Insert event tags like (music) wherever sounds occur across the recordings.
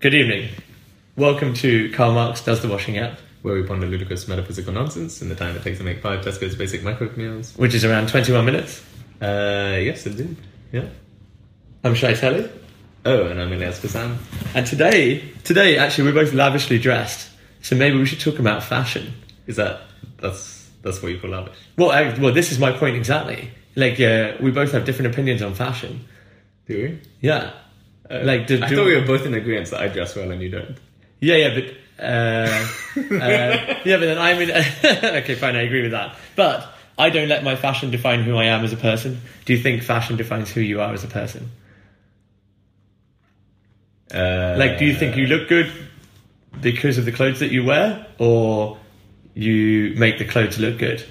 Good evening. Welcome to Karl Marx Does the Washing Up, where we ponder ludicrous metaphysical nonsense in the time it takes to make five Tesco's basic micro meals. which is around 21 minutes. Uh, yes, indeed. Yeah. I'm Shai Telly. Oh, and I'm Elias Kazan. And today, today actually we're both lavishly dressed, so maybe we should talk about fashion. Is that that's that's what you call lavish? Well, I, well, this is my point exactly. Like, uh, we both have different opinions on fashion. Do we? Yeah. Uh, like, do, I do- thought we were both in agreement that I dress well and you don't. Yeah, yeah, but uh, (laughs) uh, yeah, but then I mean, (laughs) okay, fine, I agree with that. But I don't let my fashion define who I am as a person. Do you think fashion defines who you are as a person? Uh, Like, do you think you look good because of the clothes that you wear, or you make the clothes look good?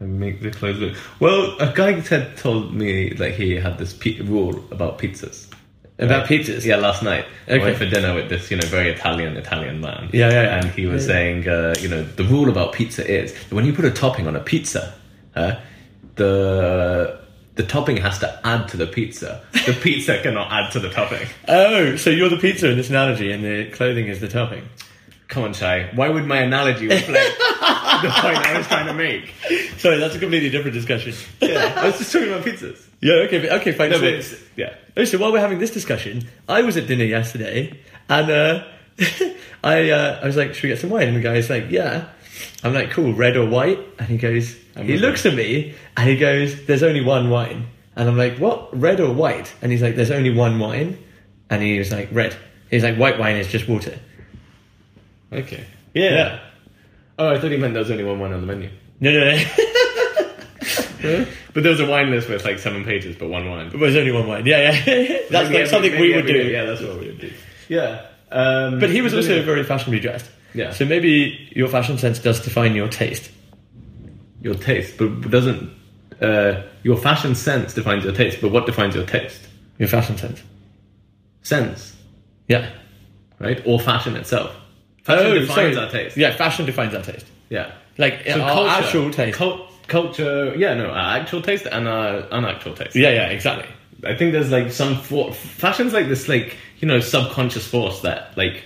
I make the clothes look? Well, a guy had told me like he had this pi rule about pizzas. About Right. pizzas, Yeah, last night Okay. I went for dinner with this, you know, very Italian Italian man. Yeah, yeah, yeah. And he was Yeah. saying, uh, you know, the rule about pizza is that when you put a topping on a pizza, uh, the the topping has to add to the pizza. The pizza cannot add to the topping. Oh, so you're the pizza in this analogy, and the clothing is the topping. (laughs) Come on, Shai. Why would my analogy (laughs) reflect the point I was trying to make? Sorry, that's a completely different discussion. (laughs) Yeah, I was just talking about pizzas. Yeah, okay, but, okay, fine. No, so- but it's, yeah. Oh, so while we're having this discussion, I was at dinner yesterday, and uh, (laughs) I uh, I was like, "Should we get some wine?" And the guy's like, "Yeah." I'm like, "Cool, red or white?" And he goes, he with looks at me, and he goes, "There's only one wine." And I'm like, "What? Red or white?" And he's like, "There's only one wine," and he was like, "Red." He's like, "White wine is just water." Okay. Yeah. Oh, I thought he meant there was only one wine on the menu. No, no, no. (laughs) But there was a wine list with like seven pages, but one wine. There's only one wine. Yeah, (laughs) yeah. That's Maybe like every- something maybe we would every do. day. Yeah, that's what we would do. Yeah. Um, But he was also brilliant. very fashionably dressed. Yeah. So maybe your fashion sense does define your taste. your taste, but doesn't uh, your fashion sense defines your taste? But what defines your taste? Your fashion sense. Sense, Yeah. Oh, right? Or fashion itself? Fashion defines our taste. Yeah, fashion defines our taste. Oh, yeah. Like So our culture- actual taste. cul- culture, yeah, no, our actual taste and our unactual taste. yeah, yeah, exactly. I think there's like some for- fashion's like this like you know subconscious force that like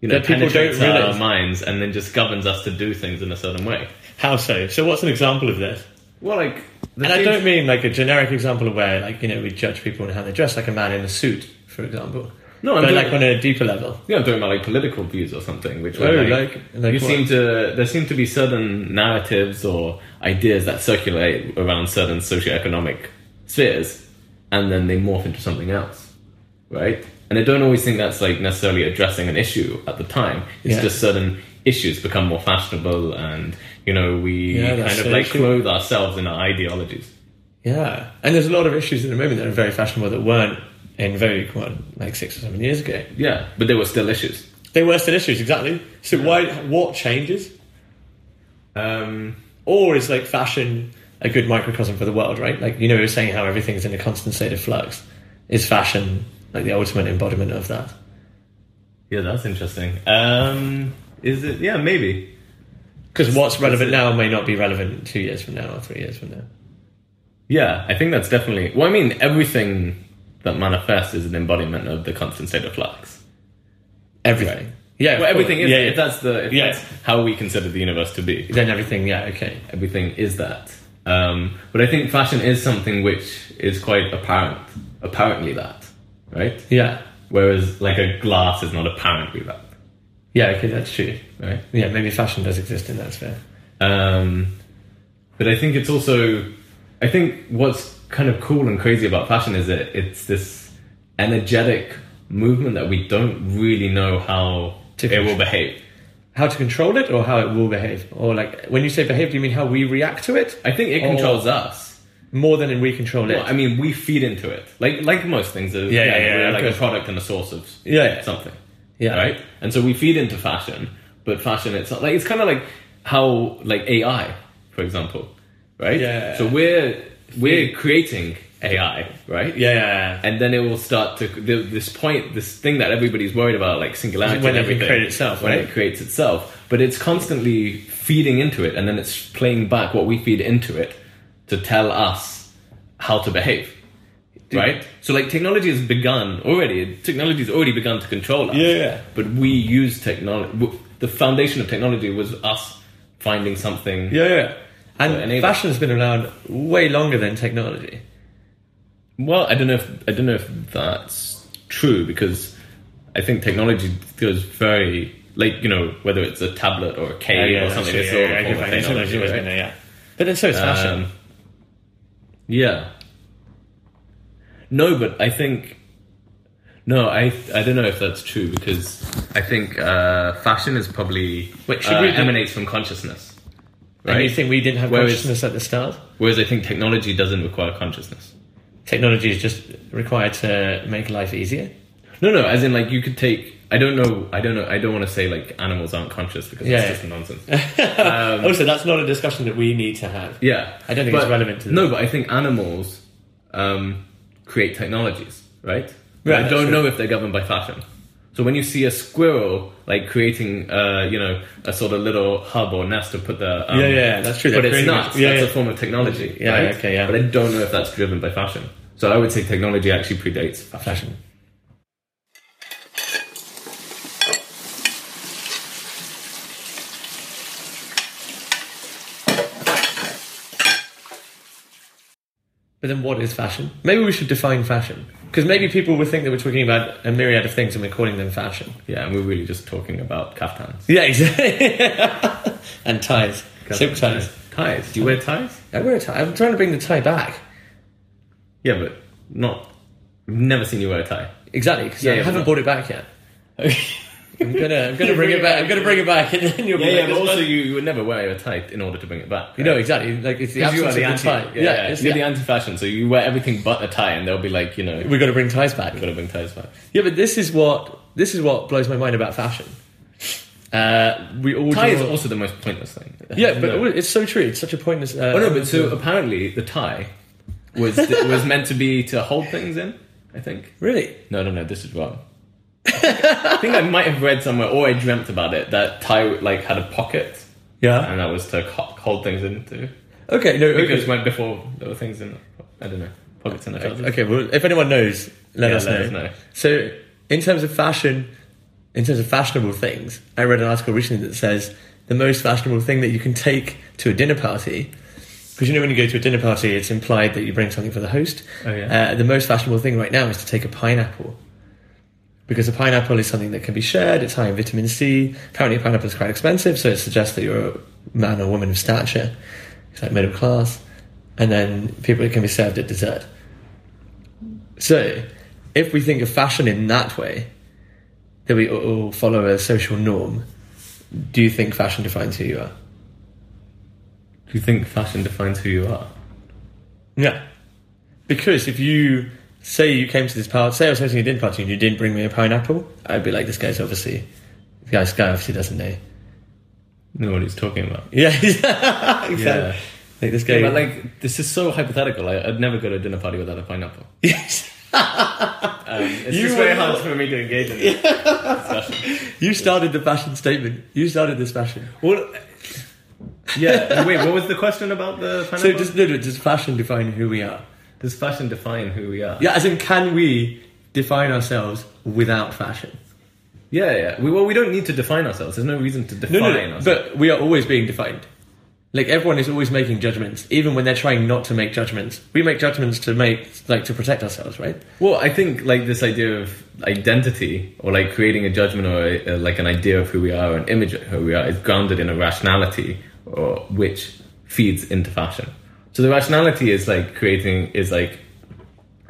you know That people don't penetrates our realize. minds and then just governs us to do things in a certain way. How so? So what's an example of this? Well, like the And I things- don't mean like a generic example of where like, you know, we judge people on how they dress like a man in a suit, for example. No, I'm but doing- like on a deeper level. Yeah, I'm talking about like political views or something, which Oh, were like, like- like you what? seem to there seem to be certain narratives or ideas that circulate around certain socioeconomic spheres, and then they morph into something else, right? And I don't always think that's like necessarily addressing an issue at the time. It's Yeah. just certain issues become more fashionable, and you know we Yeah, that's kind of the like issue. clothe ourselves in our ideologies. Yeah. And there's a lot of issues at the moment that are very fashionable that weren't in vogue what, like six or seven years ago. Yeah, but there were still issues. They were still issues, exactly. So why what changes? Um, Or is like fashion a good microcosm for the world, right? Like you know, we were saying how everything's in a constant state of flux. Is fashion like the ultimate embodiment of that? yeah, that's interesting. Um, is it? Yeah, maybe. Because what's relevant now may not be relevant two years from now or three years from now. Yeah, I think that's definitely. Well, I mean, everything that manifests is an embodiment of the constant state of flux. Everything, yeah. of Well, everything course. is. yeah, yeah. If that's the. If Yeah. that's how we consider the universe to be, then everything, yeah, okay. everything is that. Um, but I think fashion is something which is quite apparent. Apparently that, right? Yeah, Whereas like a glass is not apparently that, yeah, okay, that's true. right? Yeah, maybe fashion does exist in that sphere. Um, but I think it's also, I think what's kind of cool and crazy about fashion is that it's this energetic movement that we don't really know how To it will behave. How to control it, or how it will behave, or like when you say behave, do you mean how we react to it I think it Or- controls us. more than in we control it? Well, I mean, we feed into it, like like most things. uh, Yeah, yeah, yeah, we're of like course. a product and a source of Yeah, yeah. something. yeah, right? And so we feed into fashion, but fashion it's like it's kind of like how like AI, for example, right? Yeah. So we're we're creating AI, right? Yeah, yeah, And then it will start to the, this point, this thing that everybody's worried about, like singularity. When and it can everything, create itself, when right? it creates itself, but it's constantly feeding into it, and then it's playing back what we feed into it to tell us how to behave. yeah, right? So like technology has begun already. Technology has already begun to control us. Yeah, yeah. But we use technology. The foundation of technology was us finding something. Yeah, yeah. Well, And enable- fashion's been around way longer than technology. Well, I don't know if I don't know if that's true because I think technology goes very like you know whether it's a tablet or a cave or something. it's all a form of technology, right? But then so is fashion. Um, yeah. No, but I think no, I I don't know if that's true because I think uh, fashion is probably Wait, should uh, we- emanates from consciousness, And you right? think we didn't have Whereas- consciousness at the start? Whereas I think technology doesn't require consciousness. Technology is just required to make life easier. No, no, as in like you could take. I don't know. I don't know. I don't want to say like animals aren't conscious because Yeah. that's (laughs) just nonsense. also, Oh, that's not a discussion that we need to have. Yeah, I don't think it's But- relevant to No, but I think animals um, create technologies, right? But Right, I that's don't true. know if they're governed by fashion. So when you see a squirrel like creating, uh, you know, a sort of little hub or nest to put their um, Yeah, yeah, that's true. But They're it's creating- nuts. yeah, that's yeah. a form of technology. Yeah, right? okay, yeah. But I don't know if that's driven by fashion. So I would say technology actually predates fashion. Fashion. But then what is fashion? Maybe we should define fashion. Because maybe people would think that we're talking about a myriad of things and we're calling them fashion. Yeah, and we're really just talking about kaftans. Yeah, exactly. (laughs) and ties. Silk ties. Ties. Do you wear ties? I wear a tie. I'm trying to bring the tie back. Yeah, but not. I've never seen you wear a tie. Exactly, because Yeah, I yeah, haven't but- brought it back (laughs) yet. (laughs) I'm gonna, I'm gonna bring it back. I'm gonna bring it back, and then you'll be like, this also one- you, you would never wear a tie in order to bring it back. you know exactly. Like it's the Because absence you are of the the anti, tie. yeah, yeah, it's you're the- the anti-fashion, so you wear everything but a tie, and they'll be like, you know, (laughs) we're we got to bring ties back. gonna bring ties back. Yeah, but this is what this is what blows my mind about fashion. Uh, we all Tie is draw- also the most pointless thing. yeah, but No. it's so true. It's such a pointless. Uh, oh no, but so apparently the tie was (laughs) was meant to be to hold things in. I think. really, No, no, no. This is (laughs) wrong. I think I might have read somewhere, or I dreamt about it, that tie like had a pocket, yeah. and that was to ho- hold things into. Okay, no, Because okay. when before there were things in, I don't know, pockets in the trousers. okay. Well, if anyone knows, let, Yeah, us, let know. us know. So, in terms of fashion, in terms of fashionable things, I read an article recently that says the most fashionable thing that you can take to a dinner party. Because you know, when you go to a dinner party, it's implied that you bring something for the host. Oh, yeah. Uh, the most fashionable thing right now is to take a pineapple. Because a pineapple is something that can be shared, it's high in vitamin C. Apparently, a pineapple is quite expensive, so it suggests that you're a man or woman of stature. It's like middle class. And then people it can be served at dessert. So, if we think of fashion in that way, that we all follow a social norm, do you think fashion defines who you are? Do you think fashion defines who you are? Yeah. Because if you say you came to this party, say I was hosting a dinner party and you didn't bring me a pineapple, I'd be like, this guy's obviously, the guy's guy obviously doesn't know. (laughs) Know what he's talking about. Yeah, exactly. Yeah. Like this guy. but like, this is so hypothetical. I, I'd never go to a dinner party without a pineapple. (laughs) (laughs) Yes. It's You just very would hard not. for me to engage in this discussion. you started the fashion statement. You started this fashion. Well, yeah. Wait, what was the question about (laughs) the pineapple? So does, no, no, does fashion define who we are? Does fashion define who we are? Yeah, as in, can we define ourselves without fashion? yeah. yeah. We, well, we don't need to define ourselves. There's no reason to define No, no, no, ourselves. but we are always being defined. Like everyone is always making judgments, even when they're trying not to make judgments. We make judgments to make, like, to protect ourselves, right? Well, I think like this idea of identity or like creating a judgment or a, uh, like an idea of who we are or an image of who we are is grounded in a rationality or which feeds into fashion. So the rationality is like creating is like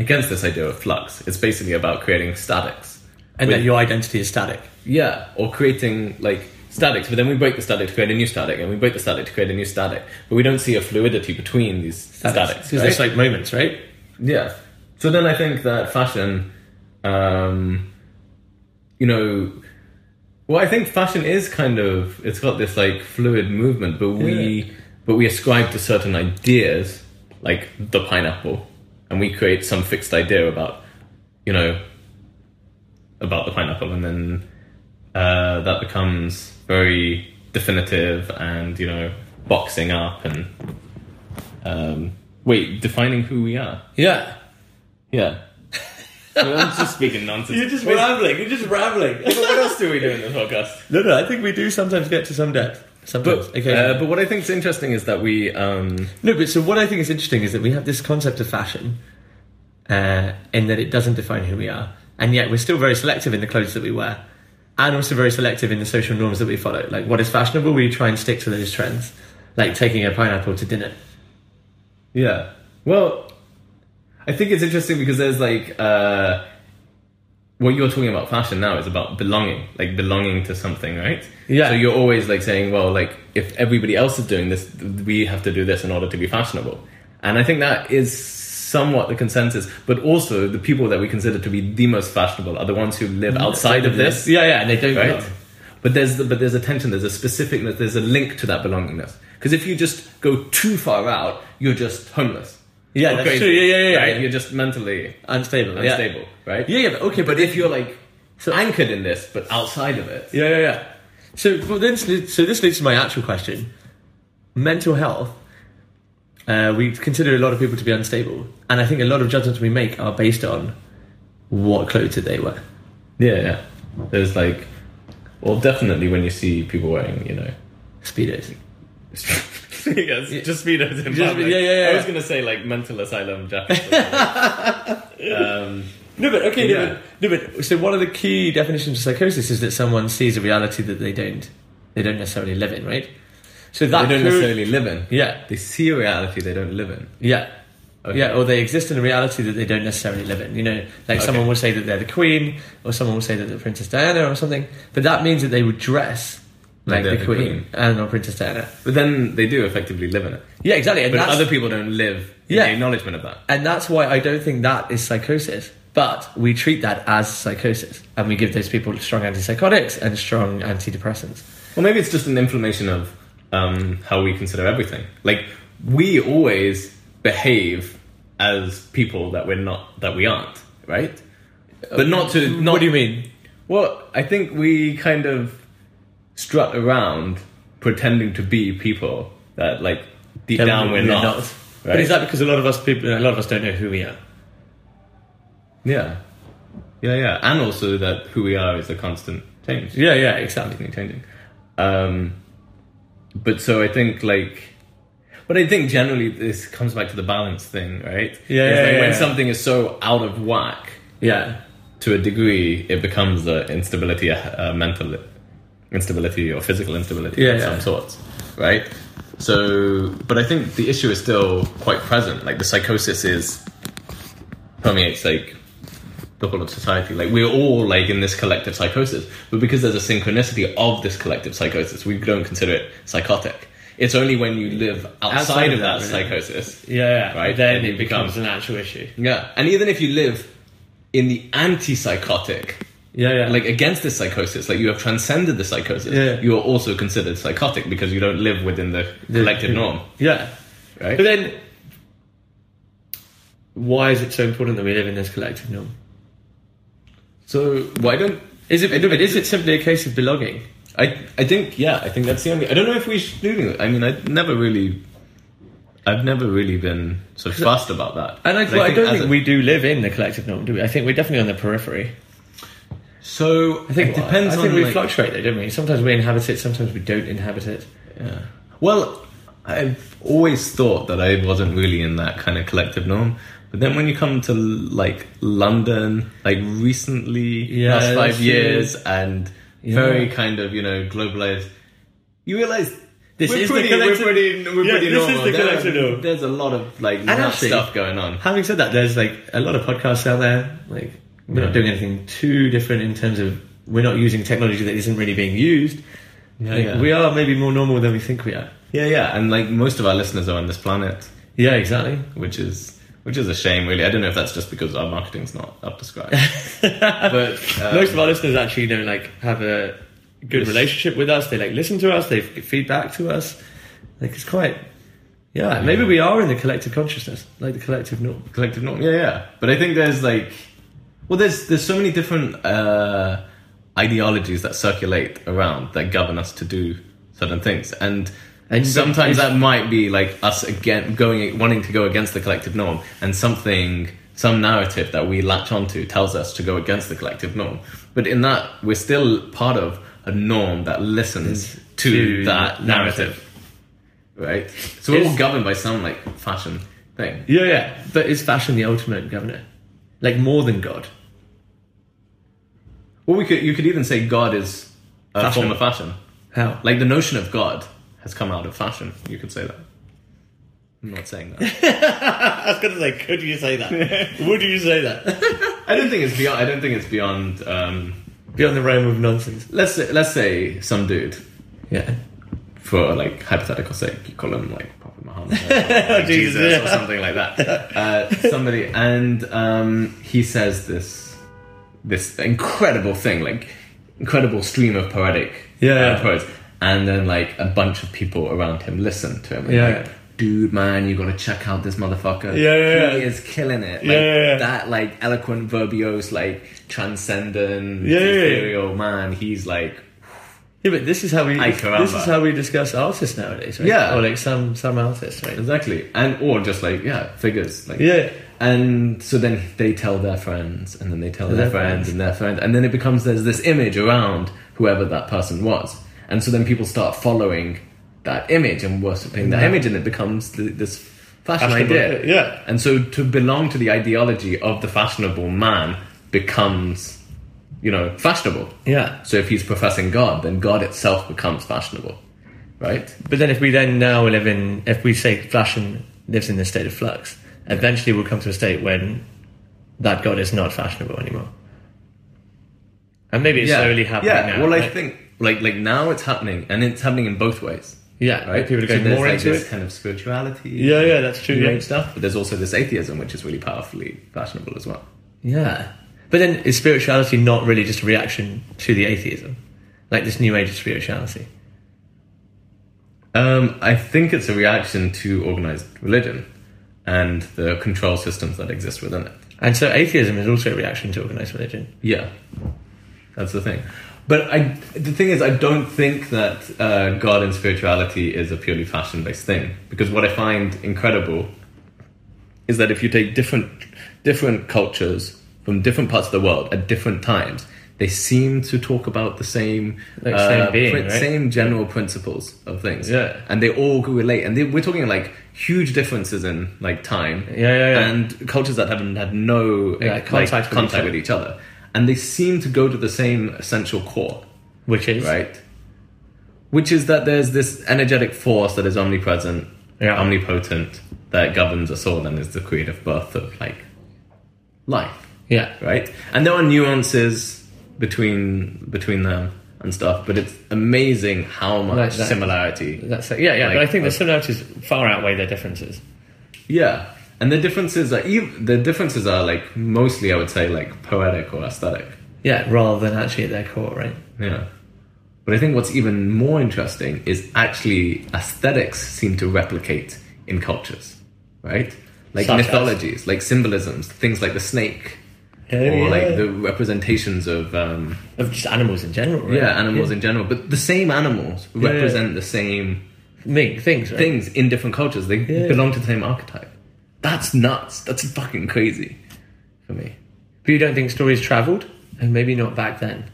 against this idea of flux. It's basically about creating statics. And With- that your identity is static. Yeah, or creating like statics, but then we break the static to create a new static, and we break the static to create a new static. But we don't see a fluidity between these statics. Because right? it's like moments, right? Yeah. So then I think that fashion, um, you know, well, I think fashion is kind of it's got this like fluid movement, but we but we ascribe to certain ideas like the pineapple, and we create some fixed idea about you know about the pineapple, and then uh, that becomes very definitive and you know boxing up and um, wait defining who we are. Yeah. (laughs) Yeah. I'm just speaking nonsense. You're just Wait, rambling. You're just rambling. what else do we do in the (laughs) podcast? no, no. I think we do sometimes get to some depth. Sometimes. But, okay. uh, but what I think is interesting is that we, um, no, but so what I think is interesting is that we have this concept of fashion, uh, in that it doesn't define who we are, and yet we're still very selective in the clothes that we wear, and also very selective in the social norms that we follow. Like what is fashionable, we try and stick to those trends, like taking a pineapple to dinner. yeah. Well, I think it's interesting because there's like uh, what you're talking about fashion now is about belonging, like belonging to something, right? Yeah. So you're always like saying, well, like if everybody else is doing this, we have to do this in order to be fashionable, and I think that is somewhat the consensus. But also, the people that we consider to be the most fashionable are the ones who live outside of this. yeah, yeah, and they don't. right? belong. But there's but there's a tension. There's a specificness. There's a link to that belongingness. Because if you just go too far out, you're just homeless. Yeah, Or that's crazy, true. Yeah, yeah, yeah, yeah. right? You're just mentally Unstable. yeah. unstable, right? Yeah, yeah, but okay, But if you're like anchored in this, but outside of it, Yeah, yeah, yeah. So, well, then, so this leads to my actual question: mental health. Uh, we consider a lot of people to be unstable, and I think a lot of judgments we make are based on what clothes did they wear. yeah, yeah. There's like, well, definitely when you see people wearing, you know. Speedos. yes, just (laughs) speedos in Just- public. yeah, yeah, yeah. I was gonna say like mental asylum (laughs) jackets. um, No, but okay, no, Yeah. but, no, but so one of the key definitions of psychosis is that someone sees a reality that they don't, they don't necessarily live in, right? So that they don't could- necessarily live in. yeah, They see a reality they don't live in. yeah. Okay. Yeah, or they exist in a reality that they don't necessarily live in. You know, like Okay. someone will say that they're the queen, or someone will say that they're Princess Diana or something, but that means that they would dress like Like the they're queen, the queen. and not Princess Diana. But then they do effectively live in it. Yeah, exactly. And But that's, other people don't live in Yeah. the acknowledgement of that. and that's why I don't think that is psychosis. But we treat that as psychosis, and we give those people strong antipsychotics and strong antidepressants. Well, maybe it's just an inflammation of um, how we consider everything. Like we always behave as people that we're not, that we aren't, right? But not to not. what do you mean? Well, I think we kind of strut around pretending to be people that, like, deep down we're, not. But is right? that because a lot of us people, a lot of us don't know who we are? yeah, yeah, yeah, and also that who we are is a constant change. Yeah, yeah, exactly. constantly changing. Um, but so I think like, but I think generally this comes back to the balance thing, right? Yeah, It's yeah, like yeah, when yeah. something is so out of whack Yeah. to a degree, it becomes a instability, a, a mental instability or physical instability Yeah, of yeah. some sorts, right? So, but I think the issue is still quite present. Like the psychosis is permeates like the whole of society. Like we're all like in this collective psychosis, but because there's a synchronicity of this collective psychosis, we don't consider it psychotic. It's only when you live outside, Outside of, of that, that, really. psychosis Yeah, Right, Then and it it becomes an actual issue. yeah, and even if you live in the anti-psychotic, Yeah, yeah. like against this psychosis, like you have transcended the psychosis, Yeah. you are also considered psychotic because you don't live within the collective norm, yeah. But right? then, why is it so important that we live in this collective norm? So why don't Is it? Is it simply a case of belonging? I? I think yeah, I think that's the only. I don't know if we should do. it. I mean, I never really, I've never really been so fussed about that. And I, But well, I, don't as think a- we do live in the collective norm, do we? I think we're definitely on the periphery. So I think it depends I think on we like- fluctuate, though, don't we? Sometimes we inhabit it, sometimes we don't inhabit it. Yeah. Well, I've always thought that I wasn't really in that kind of collective norm. But then when you come to like London, like recently, Yeah, last that's five true. years, and Yeah. very kind of, you know, globalized, you realize This we're is the pretty, collective- we're pretty, we're Yeah, pretty this is normal. the There are- collective norm. There's a lot of like nut actually- stuff going on. Having said that, there's like a lot of podcasts out there. Like we're not Yeah. doing anything too different in terms of we're not using technology that isn't really being used. Like, yeah. We are maybe more normal than we think we are. Yeah, yeah. And like most of our listeners are on this planet, Yeah, (laughs) exactly. which is which is a shame, really. I don't know if that's just because our marketing's not up to scratch. (laughs) but um, uh, Most of our listeners actually, you know, like have a good Yes. relationship with us. They like listen to us. They f- feedback to us. Like it's quite, yeah. Maybe we are in the collective consciousness, like the collective norm. collective norm. Yeah, yeah. But I think there's like, well, there's there's so many different uh, ideologies that circulate around that govern us to do certain things, and And- sometimes but- that might be like us again going wanting to go against the collective norm, and something some narrative that we latch onto tells us to go against the collective norm. But in that, we're still part of a norm that listens to, To that narrative, right? So we're Is- all governed by some like fashion thing. Yeah, yeah. But is fashion the ultimate governor? Like more than God? Well, we could you could even say God is a Fashion. form of fashion. How? Like the notion of God has come out of fashion. You could say that. I'm not saying that. I was gonna say, could you say that? Would you say that? I don't think it's beyond. I don't think it's beyond. Um, Beyond the realm of nonsense. let's say, let's say some dude Yeah. for like hypothetical sake, you call him like (laughs) Prophet Muhammad or like, Jesus, Jesus or yeah. something like that. Uh, somebody, and um, he says this this incredible thing, like incredible stream of poetic Yeah. uh, poets, and then like a bunch of people around him listen to him. and Yeah. like, Dude, man, you gotta check out this motherfucker. Yeah, yeah, he yeah. is killing it. Like, Yeah, yeah, yeah. That like eloquent, verbose, like transcendent, Yeah, yeah, yeah. ethereal man. He's like Yeah, but this is how we I this, remember. is how we discuss artists nowadays, right? Yeah. Or like some some artists, right? Exactly, and or just like yeah, figures like Yeah. And so then they tell their friends, and then they tell their, Their friends, friends. and their friends, and then it becomes there's this image around whoever that person was, and so then people start following that image and worshiping that Yeah. image, and it becomes th- this fashion Fashionable, idea. yeah. and so to belong to the ideology of the fashionable man becomes, you know, fashionable. Yeah. So if he's professing God, then God itself becomes fashionable, right? But then if we then now live in if we say fashion lives in this state of flux, eventually we'll come to a state when that god is not fashionable anymore. And maybe it's slowly happening yeah. now. Well, I right? think like like now it's happening, and it's happening in both ways, Yeah, right? people are going so there's, more like, into this it. kind of spirituality, Yeah, yeah, that's true. new Yeah. age stuff. But there's also this atheism, which is really powerfully fashionable as well. Yeah. But then is spirituality not really just a reaction to the atheism? Like this new age of spirituality? Um, I think it's a reaction to organized religion and the control systems that exist within it. And so atheism is also a reaction to organized religion. Yeah, that's the thing. But I, the thing is, I don't think that uh, God and spirituality is a purely fashion-based thing. Because what I find incredible is that if you take different different cultures from different parts of the world at different times, they seem to talk about the same uh, Like same being, prin- right? same general principles of things. Yeah. and they all relate. And they, we're talking like huge differences in like time. Yeah, yeah, yeah. And cultures that haven't had no Yeah, like, contact with each contact other. with each other. And they seem to go to the same essential core, Which is right? Which is that there's this energetic force that is omnipresent, Yeah. omnipotent, that governs us all and is the creative birth of like life, Yeah. right? And there are nuances between between them and stuff, but it's amazing how much Like that. similarity That's it. Yeah, yeah. but I Like, think the uh, similarities far outweigh their differences. Yeah, and the differences are ev the differences are like mostly I would say like poetic or aesthetic. Yeah, rather than actually at their core, right? Yeah, but I think what's even more interesting is actually aesthetics seem to replicate in cultures, right? Like Such as? mythologies, like symbolisms, things like the snake, Oh, or yeah. like the representations of um, of just animals in general, right? yeah animals in general. But the same animals yeah. represent the same Me, things, right? things in different cultures. They Yeah. belong to the same archetype. That's nuts. That's fucking crazy for me. But you don't think stories travelled, and maybe not back then.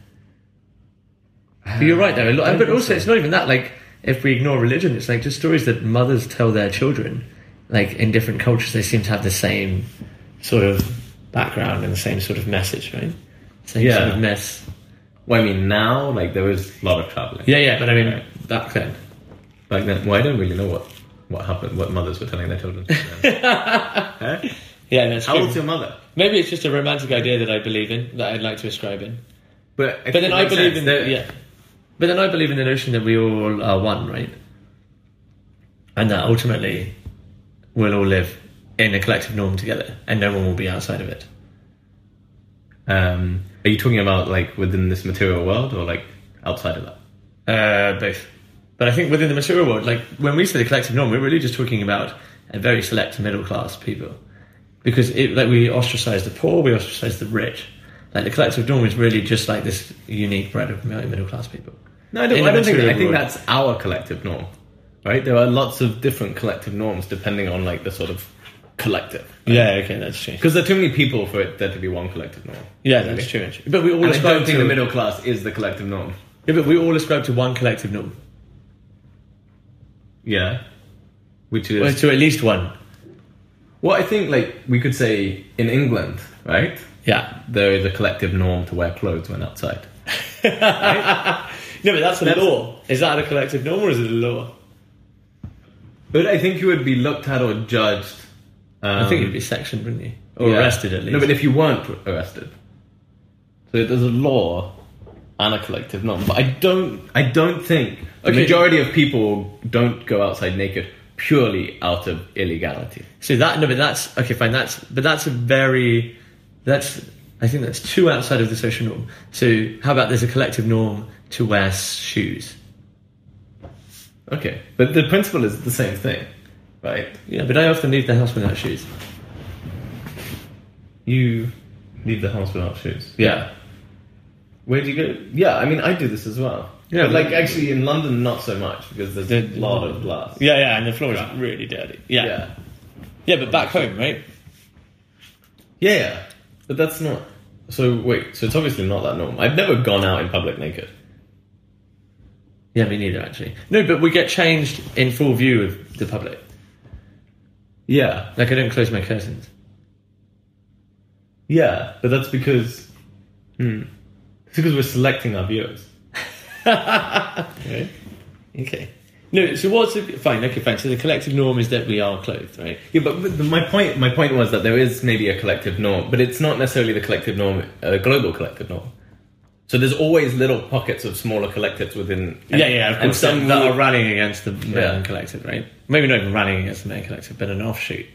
But you're right, though. A lot, don't but think also, it's not even that. Like, if we ignore religion, it's like just stories that mothers tell their children. Like in different cultures, they seem to have the same sort of background and the same sort of message, right? Same Yeah. sort of mess. Well, I mean, now, like, there was a lot of traveling. Yeah, yeah. But I mean, Right. back then, Back then, well, I don't really know what, what happened, what mothers were telling (laughs) their children. Huh? yeah. That's How true. old's your mother? Maybe it's just a romantic idea that I believe in, that I'd like to ascribe in. But, But then I believe in the, yeah. But then I believe in the notion that we all are one, right? And that ultimately we'll all live in a collective norm together, and no one will be outside of it. Um, are you talking about, like, within this material world or, like, outside of that? Uh, both. But I think within the material world, like when we say the collective norm, we're really just talking about a very select middle class people, because it, like we ostracize the poor, we ostracize the rich. Like the collective norm is really just like this unique bread of middle class people. No, I don't, In I the don't think, I material think world. that's our collective norm, right? There are lots of different collective norms depending on, like, the sort of collective. Yeah, okay, that's true. Because there are too many people for it, there to be one collective norm. Yeah, Really. that's true. But we all And I ascribe don't think to the middle class is the collective norm. Yeah, but we all ascribe to one collective norm, Yeah. Which is. or to at least one. Well, I think, like, we could say in England, right? Yeah. There is a collective norm to wear clothes when outside. No, but that's a law. Is that a collective norm or is it a law? But I think you would be looked at or judged. Um, I think you'd be sectioned, wouldn't you? Or yeah. arrested at least. No, but if you weren't arrested. So there's a law and a collective norm. But I don't I don't think the Okay. majority of people don't go outside naked purely out of illegality. so that no, but that's okay. Fine, that's but that's a very that's I think that's too outside of the social norm. So how about there's a collective norm to wear s- shoes? Okay. But the principle is the same thing, right? Yeah, but I often leave the house without shoes. You leave the house without shoes. Yeah, Where do you go? Yeah, I mean I do this as well. Yeah, but but- like actually in London not so much because there's The- a lot of glass. yeah, yeah. And the floor is really dirty. Yeah. yeah, Yeah. But back home, right? Yeah, yeah. But that's not. So wait, so it's obviously not that normal. I've never gone out in public naked. Yeah, me neither actually. No, but we get changed in full view of the public. Yeah, Like I don't close my curtains. yeah. But that's because. Hmm. It's because we're selecting our viewers. Okay. No, so what's the, fine? Okay, fine. So the collective norm is that we are clothed, right? Yeah, but, but the- my point my point was that there is maybe a collective norm, but it's not necessarily the collective norm, a global collective norm. So there's always little pockets of smaller collectives within. yeah, yeah. Of and course, some that will- are rallying against the man Yeah. collective, right? Maybe not even rallying against the man collective, but an offshoot.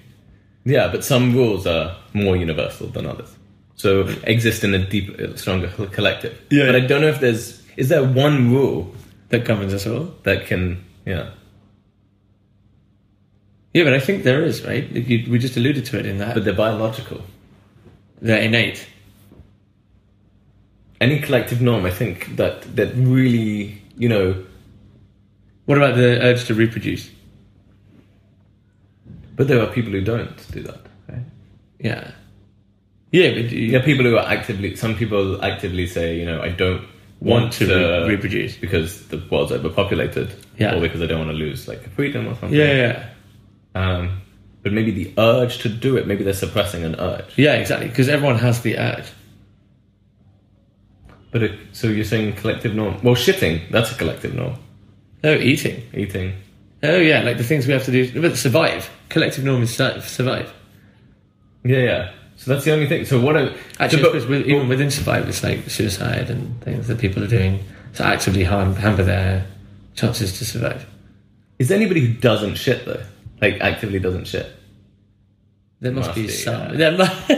Yeah, but some rules are more universal than others. So exist in a deeper, stronger co- collective. Yeah. But I don't know if there's is there one rule that governs us all. that can yeah. Yeah, but I think there is, right? You, we just alluded to it in that. But they're biological. they're innate. Any collective norm, I think that that really you know. What about the urge to reproduce? But there are people who don't do that. Right? Yeah. Yeah, but you There are people who are actively. Some people actively say, you know, I don't want, want to re- reproduce. because the world's overpopulated, Yeah. or because I don't want to lose like a freedom or something. Yeah, yeah, yeah. Um, but maybe the urge to do it. Maybe they're suppressing an urge. Yeah, exactly. Because everyone has the urge. But it, so you're saying collective norm? Well, shitting that's a collective norm. Oh, eating. Eating. Oh, yeah, like the things we have to do. But survive. Collective norm is sur- survive. Yeah, yeah. So that's the only thing. So what? Are, Actually, so, I suppose with, even within survive, it's like suicide and things that people are doing to actively harm, hamper their chances to survive. is there anybody who doesn't shit though? Like actively doesn't shit. There must, Must be, be, some. There, mu-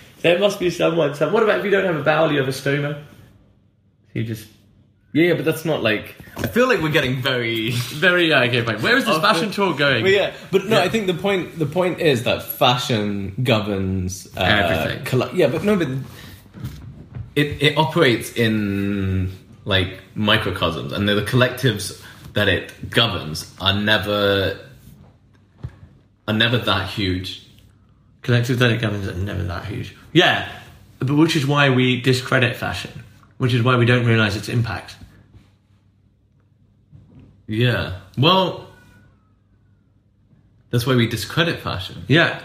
(laughs) there must be someone. Some. What about if you don't have a bowel, you have a stoma? You just Yeah, yeah, but that's not like. I feel like we're getting very. very yeah. Okay, fine. Where is this Of fashion tour going? But yeah, but no, I think the point the point is that fashion governs uh, Everything. colle- yeah, but no, but it it operates in like microcosms, and the collectives that it governs are never are never that huge. Collective that it governs are never that huge. Yeah, but which is why we discredit fashion. Which is why we don't realise its impact. Yeah. Well, that's why we discredit fashion. Yeah,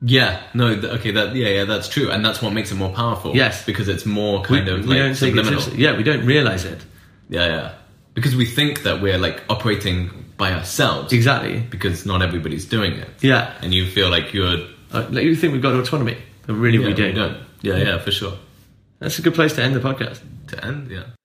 Yeah. No. Th- okay. That. Yeah. Yeah. That's true, and that's what makes it more powerful. Yes. because it's more kind we, of we like don't take it subliminal. seriously. Yeah, we don't realise it Yeah, yeah. Because we think that we're like operating by ourselves exactly. because not everybody's doing it. Yeah, And you feel like you're. Uh, like you think we've got autonomy, but really we Yeah, don't. Yeah, yeah, for sure. That's a good place to end the podcast. To end, yeah.